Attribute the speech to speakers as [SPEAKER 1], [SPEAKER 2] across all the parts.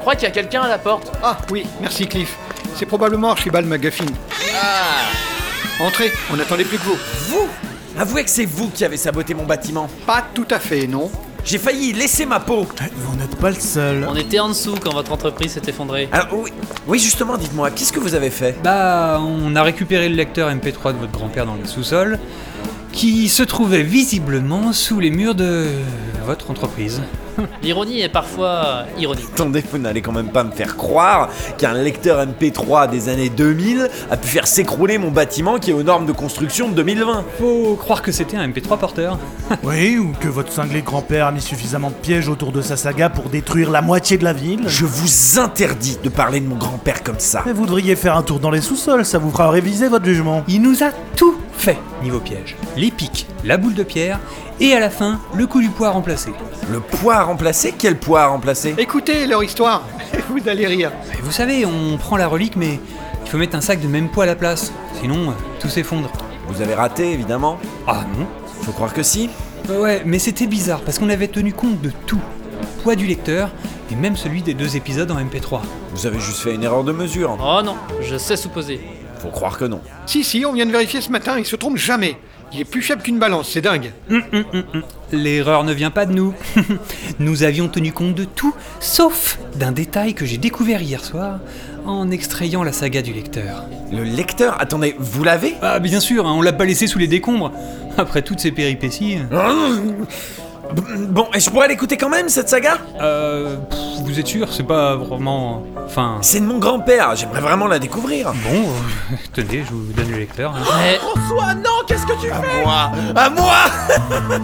[SPEAKER 1] crois qu'il y a quelqu'un à la porte.
[SPEAKER 2] Ah oui, merci Cliff. C'est probablement Archibald McGuffin. Entrez, on n'attendait plus que vous.
[SPEAKER 3] Vous Avouez que c'est vous qui avez saboté mon bâtiment.
[SPEAKER 2] Pas tout à fait, non
[SPEAKER 3] J'ai failli laisser ma peau.
[SPEAKER 4] Eh, Vous n'êtes pas le seul.
[SPEAKER 5] On était en dessous quand votre entreprise s'est effondrée.
[SPEAKER 3] Alors oui, oui justement, dites-moi, qu'est-ce que vous avez fait
[SPEAKER 6] Bah, on a récupéré le lecteur MP3 de votre grand-père dans le sous-sol, qui se trouvait visiblement sous les murs de votre entreprise.
[SPEAKER 5] L'ironie est parfois euh, ironique.
[SPEAKER 3] Attendez, vous n'allez quand même pas me faire croire qu'un lecteur MP3 des années 2000 a pu faire s'écrouler mon bâtiment qui est aux normes de construction de 2020.
[SPEAKER 6] Faut croire que c'était un MP3 porteur.
[SPEAKER 4] Oui, ou que votre cinglé grand-père a mis suffisamment de pièges autour de sa saga pour détruire la moitié de la ville.
[SPEAKER 3] Je vous interdis de parler de mon grand-père comme ça.
[SPEAKER 4] Mais vous devriez faire un tour dans les sous-sols, ça vous fera réviser votre jugement.
[SPEAKER 6] Il nous a tout fait niveau piège. Les pics, la boule de pierre, et à la fin, le coup du poids remplacé.
[SPEAKER 3] Le poids à remplacer Quel poids à remplacer
[SPEAKER 2] Écoutez leur histoire, vous allez rire.
[SPEAKER 6] Et vous savez, on prend la relique, mais il faut mettre un sac de même poids à la place, sinon euh, tout s'effondre.
[SPEAKER 3] Vous avez raté, évidemment.
[SPEAKER 6] Ah non
[SPEAKER 3] Faut croire que si.
[SPEAKER 6] Ouais, Ouais, mais c'était bizarre, parce qu'on avait tenu compte de tout. Poids du lecteur, et même celui des deux épisodes en MP3.
[SPEAKER 3] Vous avez juste fait une erreur de mesure.
[SPEAKER 5] Oh non, je sais supposer.
[SPEAKER 3] Faut croire que non.
[SPEAKER 2] Si, si, on vient de vérifier ce matin, il se trompe jamais. Il est plus fiable qu'une balance, c'est dingue.
[SPEAKER 6] Hum, hum, hum, hum. L'erreur ne vient pas de nous. nous avions tenu compte de tout, sauf d'un détail que j'ai découvert hier soir en extrayant la saga du lecteur.
[SPEAKER 3] Le lecteur, attendez, vous l'avez
[SPEAKER 6] Ah, bien sûr, hein, on l'a pas laissé sous les décombres. Après toutes ces péripéties.
[SPEAKER 3] Mmh. Bon, et je pourrais l'écouter quand même, cette saga
[SPEAKER 6] Euh. pff, vous êtes sûr C'est pas vraiment. Enfin.
[SPEAKER 3] C'est de mon grand-père, j'aimerais vraiment la découvrir.
[SPEAKER 6] Bon, euh, tenez, je vous donne le lecteur. hein.
[SPEAKER 5] Mais
[SPEAKER 3] François, non, qu'est-ce que tu fais À moi À moi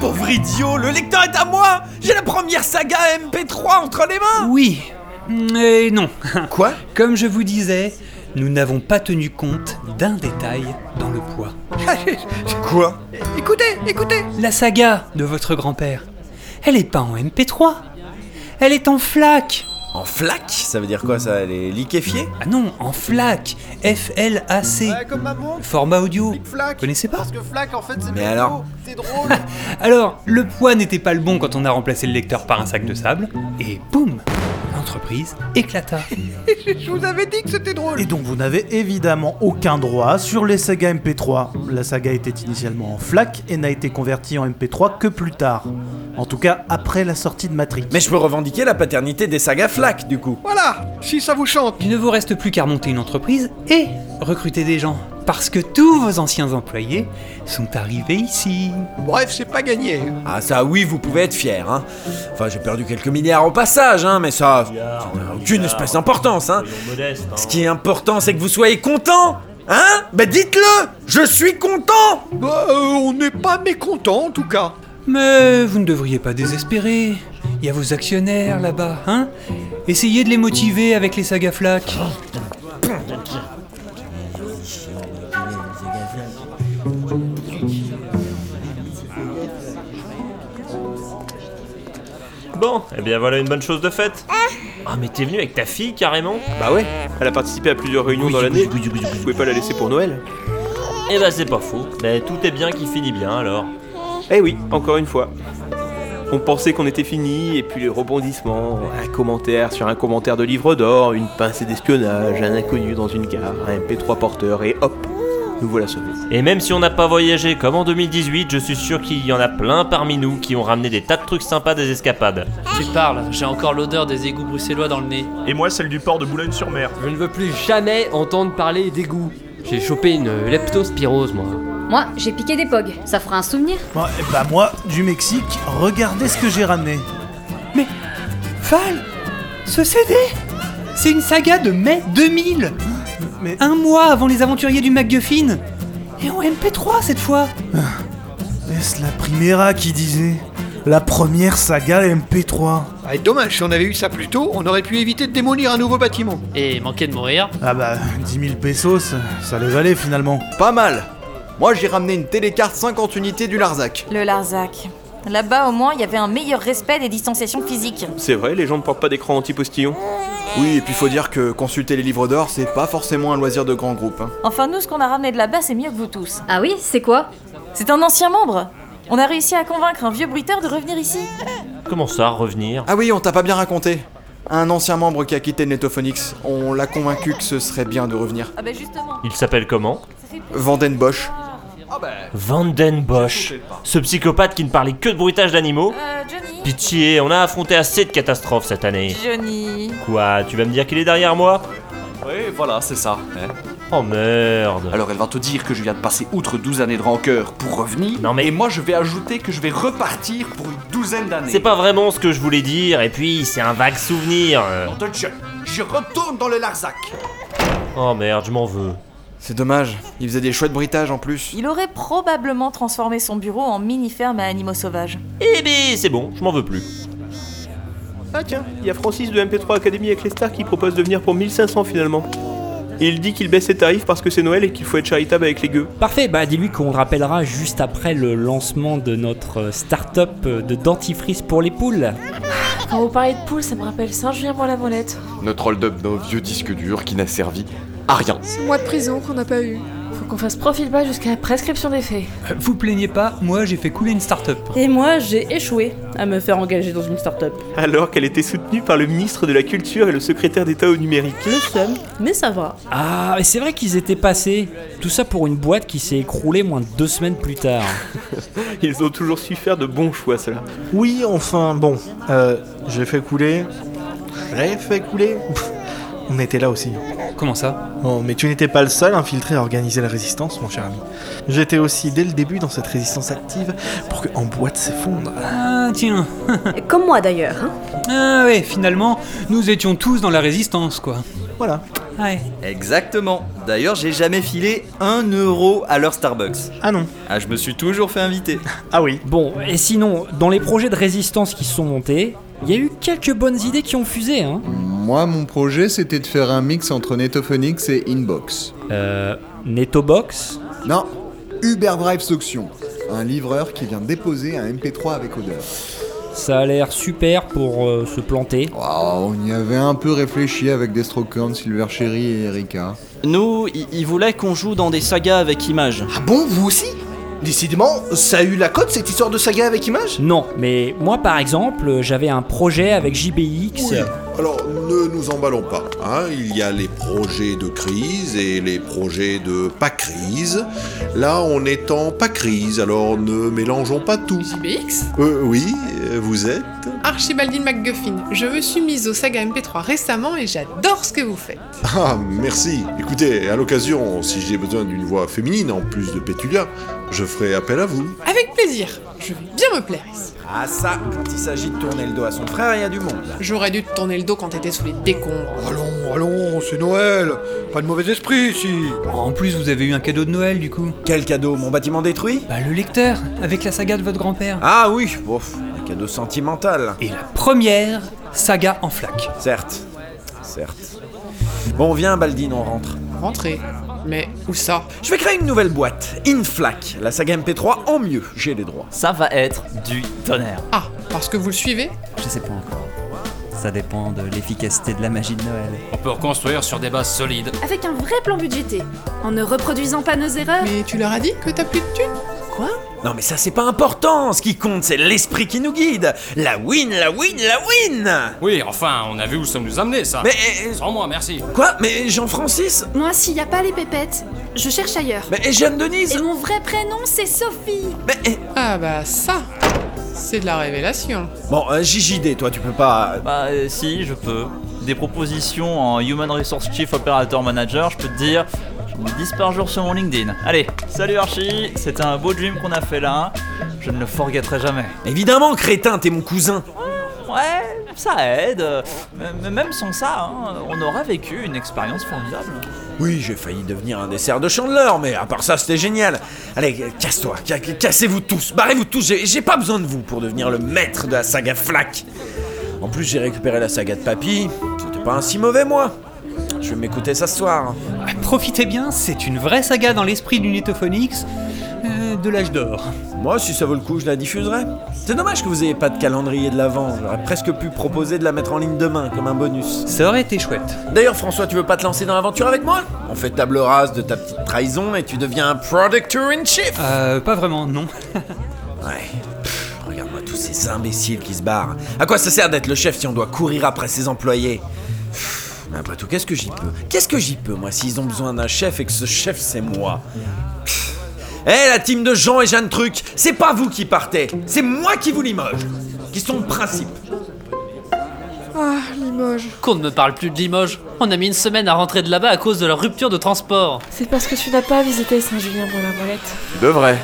[SPEAKER 3] Pauvre idiot, le lecteur est à moi J'ai la première saga MP3 entre les mains
[SPEAKER 6] Oui Et non
[SPEAKER 3] Quoi
[SPEAKER 6] Comme je vous disais, nous n'avons pas tenu compte d'un détail dans le poids.
[SPEAKER 3] Quoi
[SPEAKER 2] Écoutez, écoutez
[SPEAKER 6] La saga de votre grand-père, elle est pas en MP3, elle est en FLAC
[SPEAKER 3] En flaque Ça veut dire quoi ça Elle est liquéfiée
[SPEAKER 6] Ah non, en FLAC F-L-A-C
[SPEAKER 7] comme maman,
[SPEAKER 6] Format audio
[SPEAKER 7] Flac.
[SPEAKER 6] Connaissez pas
[SPEAKER 7] Parce que Flac, en fait, c'est
[SPEAKER 3] Mais
[SPEAKER 7] mélo,
[SPEAKER 3] alors
[SPEAKER 7] C'est drôle.
[SPEAKER 6] Alors, le poids n'était pas le bon quand on a remplacé le lecteur par un sac de sable, et boum L'entreprise éclata.
[SPEAKER 2] Je vous avais dit que c'était drôle.
[SPEAKER 4] Et donc vous n'avez évidemment aucun droit sur les sagas MP3. La saga était initialement en FLAC et n'a été convertie en MP3 que plus tard. En tout cas, après la sortie de Matrix.
[SPEAKER 3] Mais je peux revendiquer la paternité des sagas flaque du coup.
[SPEAKER 2] Voilà, si ça vous chante.
[SPEAKER 6] Il ne vous reste plus qu'à remonter une entreprise et recruter des gens. Parce que tous vos anciens employés sont arrivés ici.
[SPEAKER 2] Bref, c'est pas gagné.
[SPEAKER 3] Ah ça oui, vous pouvez être fier, hein. Enfin, j'ai perdu quelques milliards au passage, hein, mais ça, ça n'a aucune espèce d'importance, hein. Ce qui est important, c'est que vous soyez content, hein Bah dites-le, je suis content.
[SPEAKER 2] Bah, euh, on n'est pas mécontent en tout cas.
[SPEAKER 6] Mais vous ne devriez pas désespérer. Il y a vos actionnaires là-bas, hein Essayez de les motiver avec les sagas flaques.
[SPEAKER 8] Bon, eh bien voilà une bonne chose de faite. Ah, mais t'es venu avec ta fille carrément
[SPEAKER 9] Bah ouais, elle a participé à plusieurs réunions dans l'année. Vous pouvez pas la laisser pour Noël
[SPEAKER 8] Eh bah c'est pas faux. Mais tout est bien qui finit bien alors.
[SPEAKER 9] Eh oui, encore une fois. On pensait qu'on était fini, et puis les rebondissements, un commentaire sur un commentaire de livre d'or, une pincée d'espionnage, un inconnu dans une gare, un MP3 porteur, et hop, nous voilà sauvés.
[SPEAKER 8] Et même si on n'a pas voyagé comme en 2018, je suis sûr qu'il y en a plein parmi nous qui ont ramené des tas de trucs sympas des escapades.
[SPEAKER 5] tu parles, j'ai encore l'odeur des égouts bruxellois dans le nez.
[SPEAKER 10] Et moi, celle du port de Boulogne-sur-Mer.
[SPEAKER 11] Je ne veux plus jamais entendre parler d'égout. J'ai chopé une leptospirose, moi.
[SPEAKER 12] Moi, j'ai piqué des pogs. Ça fera un souvenir
[SPEAKER 4] Ouais, et bah moi, du Mexique, regardez ce que j'ai ramené.
[SPEAKER 6] Val Ce CD C'est une saga de mai 2000
[SPEAKER 4] Mais
[SPEAKER 6] Un mois avant les aventuriers du MacGuffin Et en MP3 cette fois
[SPEAKER 4] est-ce la Primera qui disait La première saga MP3
[SPEAKER 2] Ah, et dommage, si on avait eu ça plus tôt, on aurait pu éviter de démolir un nouveau bâtiment.
[SPEAKER 5] Et manquer de mourir.
[SPEAKER 4] Ah bah, 10 000 pesos, ça les valait finalement.
[SPEAKER 13] Pas mal Moi j'ai ramené une télécarte 50 unités du Larzac.
[SPEAKER 12] Le Larzac. Là-bas, au moins, il y avait un meilleur respect des distanciations physiques.
[SPEAKER 9] C'est vrai, les gens ne portent pas d'écran anti-postillon.
[SPEAKER 13] Oui, et puis faut dire que consulter les livres d'or, c'est pas forcément un loisir de grand groupe. hein.
[SPEAKER 12] Enfin, nous, ce qu'on a ramené de là-bas, c'est mieux que vous tous. Ah oui C'est quoi C'est un ancien membre. On a réussi à convaincre un vieux bruiteur de revenir ici.
[SPEAKER 8] Comment ça, revenir
[SPEAKER 13] Ah oui, on t'a pas bien raconté.
[SPEAKER 14] Un ancien membre qui a quitté Netophonix, on l'a convaincu que ce serait bien de revenir.
[SPEAKER 15] Ah bah justement.
[SPEAKER 8] Il s'appelle comment
[SPEAKER 14] Vanden Bosch.
[SPEAKER 8] Vanden Bosch. Ce psychopathe qui ne parlait que de bruitage d'animaux. Pitié, on a affronté assez de catastrophes cette année.
[SPEAKER 15] Johnny.
[SPEAKER 8] Quoi, tu vas me dire qu'il est derrière moi
[SPEAKER 2] Oui, voilà, c'est ça. hein.
[SPEAKER 8] Oh merde
[SPEAKER 2] Alors elle va te dire que je viens de passer outre 12 années de rancœur pour revenir.
[SPEAKER 8] Non mais...
[SPEAKER 2] Et moi je vais ajouter que je vais repartir pour une douzaine d'années.
[SPEAKER 8] C'est pas vraiment ce que je voulais dire, et puis c'est un vague souvenir. euh.
[SPEAKER 2] Nom de Dieu, Je retourne dans le Larzac.
[SPEAKER 8] Oh merde, je m'en veux.
[SPEAKER 14] C'est dommage, il faisait des chouettes bruitages en plus.
[SPEAKER 15] Il aurait probablement transformé son bureau en mini-ferme à animaux sauvages.
[SPEAKER 8] Eh ben, c'est bon, je m'en veux plus.
[SPEAKER 16] Ah tiens, il y a Francis de MP3 Academy avec les stars qui propose de venir pour 1500 finalement. Et il dit qu'il baisse ses tarifs parce que c'est Noël et qu'il faut être charitable avec les gueux.
[SPEAKER 6] Parfait, bah dis-lui qu'on rappellera juste après le lancement de notre euh, start-up euh, de dentifrice pour les poules.
[SPEAKER 17] Quand vous parlez de poules, ça me rappelle Saint-Julien pour la molette.
[SPEAKER 18] Notre hold-up d'un vieux disque dur qui n'a servi à rien.
[SPEAKER 17] C'est mois de prison qu'on n'a pas eu. Faut qu'on fasse profil bas jusqu'à la prescription des faits.
[SPEAKER 19] Vous plaignez pas, moi j'ai fait couler une start-up.
[SPEAKER 20] Et moi, j'ai échoué à me faire engager dans une start-up.
[SPEAKER 16] Alors qu'elle était soutenue par le ministre de la Culture et le secrétaire d'État au numérique.
[SPEAKER 20] Le seum, mais ça va.
[SPEAKER 6] Ah, mais c'est vrai qu'ils étaient passés. Tout ça pour une boîte qui s'est écroulée moins de deux semaines plus tard.
[SPEAKER 16] Ils ont toujours su faire de bons choix, cela.
[SPEAKER 4] Oui, enfin, bon. Euh, j'ai fait couler. J'ai fait couler. On était là aussi.
[SPEAKER 19] Comment ça
[SPEAKER 4] Non, mais tu n'étais pas le seul infiltré à organiser la résistance, mon cher ami. J'étais aussi dès le début dans cette résistance active pour que en boîte s'effondre.
[SPEAKER 19] Ah tiens.
[SPEAKER 21] Comme moi d'ailleurs. hein.
[SPEAKER 19] Ah ouais, finalement, nous étions tous dans la résistance quoi.
[SPEAKER 4] Voilà.
[SPEAKER 19] Ouais.
[SPEAKER 22] Exactement. D'ailleurs, j'ai jamais filé un euro à leur Starbucks.
[SPEAKER 4] Ah non.
[SPEAKER 22] Ah, je me suis toujours fait inviter.
[SPEAKER 4] Ah oui.
[SPEAKER 6] Bon, et sinon, dans les projets de résistance qui se sont montés, il y a eu quelques bonnes idées qui ont fusé, hein.
[SPEAKER 9] Moi, mon projet, c'était de faire un mix entre Netophonix et Inbox.
[SPEAKER 6] Euh. Netobox
[SPEAKER 9] Non, Uber Drive Suction, un livreur qui vient déposer un MP3 avec odeur.
[SPEAKER 6] Ça a l'air super pour euh, se planter.
[SPEAKER 9] Oh, on y avait un peu réfléchi avec Destrocorn, Silver Cherry et Erika.
[SPEAKER 23] Nous, i- ils voulaient qu'on joue dans des sagas avec images.
[SPEAKER 24] Ah bon, vous aussi Décidément, ça a eu la cote cette histoire de saga avec image
[SPEAKER 6] Non, mais moi par exemple, euh, j'avais un projet avec JBX.
[SPEAKER 25] Oui. Alors, ne nous emballons pas. hein. Il y a les projets de crise et les projets de pas crise. Là, on est en pas crise, alors ne mélangeons pas tout.
[SPEAKER 11] JBX
[SPEAKER 25] Euh, oui, euh, vous êtes
[SPEAKER 11] Archibaldine McGuffin, je me suis mise au saga MP3 récemment et j'adore ce que vous faites.
[SPEAKER 25] Ah, merci. Écoutez, à l'occasion, si j'ai besoin d'une voix féminine en plus de Pétulia, je ferai appel à vous.
[SPEAKER 11] Avec plaisir, je vais bien me plaire ici.
[SPEAKER 3] Ah ça, quand il s'agit de tourner le dos à son frère, il y a du monde.
[SPEAKER 11] J'aurais dû te tourner le dos quand t'étais sous les décombres.
[SPEAKER 26] Allons, allons, c'est Noël. Pas de mauvais esprit ici.
[SPEAKER 19] En plus, vous avez eu un cadeau de Noël du coup.
[SPEAKER 3] Quel cadeau Mon bâtiment détruit
[SPEAKER 19] Bah le lecteur, avec la saga de votre grand-père.
[SPEAKER 3] Ah oui, bof, un cadeau sentimental.
[SPEAKER 19] Et la Première saga en flaque.
[SPEAKER 3] Certes, certes. Bon, viens Baldine, on rentre.
[SPEAKER 11] Rentrez. Mais où ça
[SPEAKER 3] Je vais créer une nouvelle boîte, Inflac, la saga MP3 en mieux, j'ai les droits.
[SPEAKER 27] Ça va être du tonnerre.
[SPEAKER 11] Ah, parce que vous le suivez
[SPEAKER 28] Je sais pas encore. Ça dépend de l'efficacité de la magie de Noël.
[SPEAKER 27] On peut reconstruire sur des bases solides.
[SPEAKER 21] Avec un vrai plan budgété, en ne reproduisant pas nos erreurs.
[SPEAKER 11] Mais tu leur as dit que t'as plus de thunes
[SPEAKER 3] Non mais ça c'est pas important, ce qui compte c'est l'esprit qui nous guide. La win, la win, la win
[SPEAKER 27] Oui, enfin, on a vu où ça nous amenait, ça.
[SPEAKER 3] Mais- eh,
[SPEAKER 27] Sans moi, merci.
[SPEAKER 3] Quoi Mais Jean-Francis
[SPEAKER 21] Moi, s'il n'y a pas les pépettes, je cherche ailleurs.
[SPEAKER 3] Mais et eh. Jeanne Denise
[SPEAKER 21] Et mon vrai prénom, c'est Sophie
[SPEAKER 11] Ah bah ça, c'est de la révélation.
[SPEAKER 3] Bon, euh, JJD, toi tu peux pas...
[SPEAKER 29] Bah euh, si, je peux. Des propositions en Human Resource Chief Operator Manager, je peux te dire, j'en ai 10 par jour sur mon LinkedIn. Allez, salut Archie, c'était un beau dream qu'on a fait là, je ne le forgetterai jamais.
[SPEAKER 3] Évidemment crétin, t'es mon cousin
[SPEAKER 29] Ouais, ça aide, euh, mais même sans ça, hein, on aura vécu une expérience formidable.
[SPEAKER 3] Oui, j'ai failli devenir un dessert de chandeleur, mais à part ça, c'était génial. Allez, euh, casse-toi, ca- ca- cassez-vous tous, barrez-vous tous, j'ai j'ai pas besoin de vous pour devenir le maître de la saga Flac. En plus, j'ai récupéré la saga de Papy, c'était pas un si mauvais moi. Je vais m'écouter ça ce soir.
[SPEAKER 19] Ah, Profitez bien, c'est une vraie saga dans l'esprit du Netophonix euh, de l'âge d'or.
[SPEAKER 3] Moi, si ça vaut le coup, je la diffuserai. C'est dommage que vous ayez pas de calendrier de l'avant, j'aurais presque pu proposer de la mettre en ligne demain comme un bonus.
[SPEAKER 19] Ça aurait été chouette.
[SPEAKER 3] D'ailleurs, François, tu veux pas te lancer dans l'aventure avec moi On fait table rase de ta petite trahison et tu deviens un producteur in chief
[SPEAKER 19] Euh, pas vraiment, non.
[SPEAKER 3] Ouais. Pff, Regarde-moi tous ces imbéciles qui se barrent. À quoi ça sert d'être le chef si on doit courir après ses employés Pff, Mais après tout, qu'est-ce que j'y peux Qu'est-ce que j'y peux, moi, s'ils ont besoin d'un chef et que ce chef, c'est moi Pff. Eh, la team de Jean et Jeanne Truc, c'est pas vous qui partez, c'est moi qui vous limoge Qui sont de principe
[SPEAKER 21] Ah, Limoges.
[SPEAKER 11] Qu'on ne me parle plus de Limoges. On a mis une semaine à rentrer de là-bas à cause de leur rupture de transport.
[SPEAKER 21] C'est parce que tu n'as pas visité Saint-Julien pour la voilette.
[SPEAKER 9] De vrai.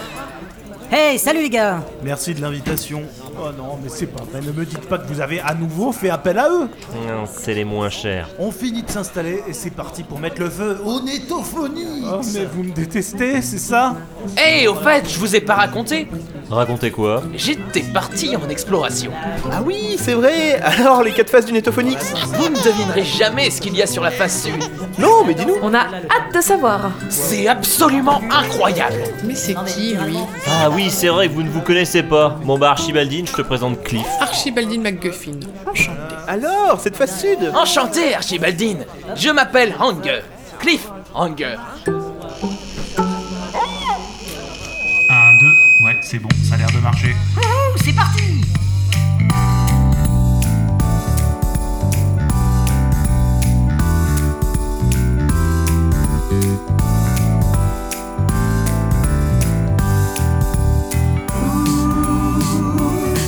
[SPEAKER 6] Hey, salut les gars
[SPEAKER 4] Merci de l'invitation. Oh non, mais c'est pas vrai, ne me dites pas que vous avez à nouveau fait appel à eux
[SPEAKER 8] Non, c'est les moins chers.
[SPEAKER 4] On finit de s'installer et c'est parti pour mettre le feu On est au phonique Oh mais vous me détestez, c'est ça
[SPEAKER 11] Hey, Eh, au fait, je vous ai pas raconté.
[SPEAKER 8] Racontez quoi
[SPEAKER 11] J'étais parti en exploration.
[SPEAKER 30] Ah oui, c'est vrai Alors, les quatre faces du Netophonix
[SPEAKER 11] Vous ne devinerez jamais ce qu'il y a sur la face sud.
[SPEAKER 30] Non, mais dis-nous
[SPEAKER 21] On a hâte de savoir.
[SPEAKER 11] C'est absolument incroyable.
[SPEAKER 21] Mais c'est qui, lui
[SPEAKER 8] Ah oui, c'est vrai que vous ne vous connaissez pas. Bon bah Archibaldine, je te présente Cliff.
[SPEAKER 31] Archibaldine McGuffin. Enchanté.
[SPEAKER 30] Alors, cette face sud
[SPEAKER 11] Enchanté, Archibaldine. Je m'appelle Hanger. Cliff Hanger.
[SPEAKER 32] 1, 2, ouais, c'est bon, ça a l'air de marcher.
[SPEAKER 6] Wouhou, c'est parti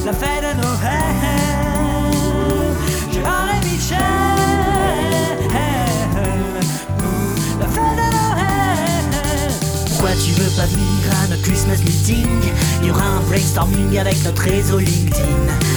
[SPEAKER 6] La fête de Noël, je rends Michel. Ouh, La fête de Noël. Pourquoi tu veux pas venir à notre Christmas meeting Il y aura un brainstorming avec notre réseau LinkedIn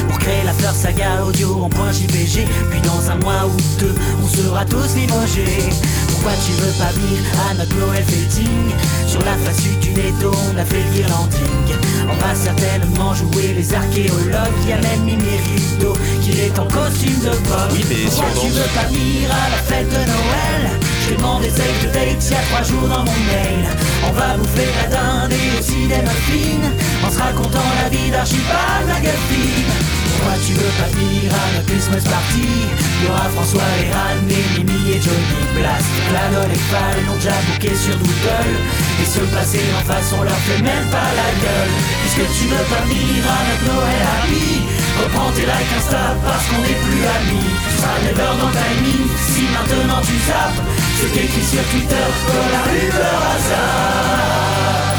[SPEAKER 6] pour créer la fleur saga audio en point JPG. Puis dans un mois ou deux, on sera tous limogés. Pourquoi tu veux pas venir à notre Noël fêting Sur la face sud du netto, on a fait le guirlanding. On va certainement jouer les archéologues. Y a même Mimérito qui est en costume de pop.
[SPEAKER 33] Oui, mais si on
[SPEAKER 6] Pourquoi tu
[SPEAKER 33] danse-
[SPEAKER 6] veux pas venir à la fête de Noël Je demande des ailes de date il y a trois jours dans mon mail On va bouffer la dinde et aussi des muffins En se racontant la vie d'Archibald Lagerfeld Pourquoi tu veux pas venir à notre Christmas party Il y aura François et Anne et Mimi et Johnny Blast Lanol et Fal l'ont déjà bouqué sur Doodle Et se passer en face on leur fait même pas la gueule Puisque tu veux pas venir à notre Noël happy Reprends tes likes Insta parce qu'on n'est plus amis Tu seras never dans le timing si maintenant tu zappes C'est écrit sur Twitter comme la rumeur hasard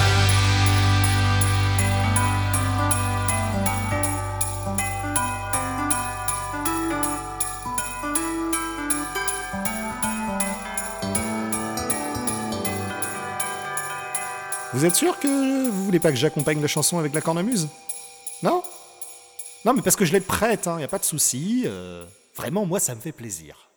[SPEAKER 2] Vous êtes sûr que vous voulez pas que j'accompagne la chanson avec la cornemuse Non Non, mais parce que je l'ai prête, hein, y a pas de souci. euh, vraiment, moi, ça me fait plaisir.